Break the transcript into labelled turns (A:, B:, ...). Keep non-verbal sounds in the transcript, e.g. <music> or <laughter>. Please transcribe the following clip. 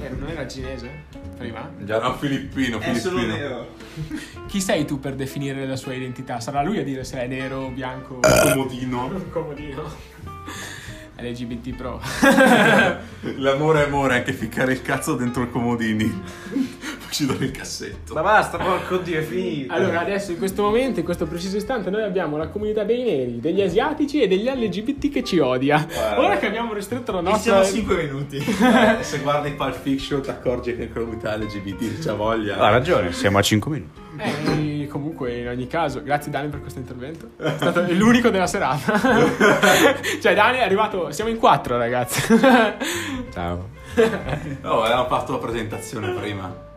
A: Eh, era cinese? Prima?
B: Già no, filippino,
C: È solo
B: filippino.
C: Eh, nero.
A: Chi sei tu per definire la sua identità? Sarà lui a dire se è nero, bianco,
B: Comodino.
A: comodino. <laughs> LGBT Pro.
B: L'amore è amore, anche ficcare il cazzo dentro i comodini. <laughs> Poi ci dare il cassetto.
C: Ma basta, porco dio, è
A: <laughs>
C: finito.
A: Allora, adesso in questo momento, in questo preciso istante, noi abbiamo la comunità dei neri, degli asiatici e degli LGBT che ci odia.
B: Guarda.
A: Ora che abbiamo restretto la
C: Ci siamo
A: nostra.
C: 5 minuti.
B: Eh, <laughs> Se guardi Pulp Fiction ti accorgi che la comunità LGBT c'ha voglia.
D: Ha ragione, siamo a 5 minuti.
A: Eh, comunque, in ogni caso, grazie Dani per questo intervento. È stato l'unico della serata. <laughs> cioè, Dani è arrivato. Siamo in quattro, ragazzi. <laughs>
D: Ciao.
B: Oh, No, avevamo fatto la presentazione prima.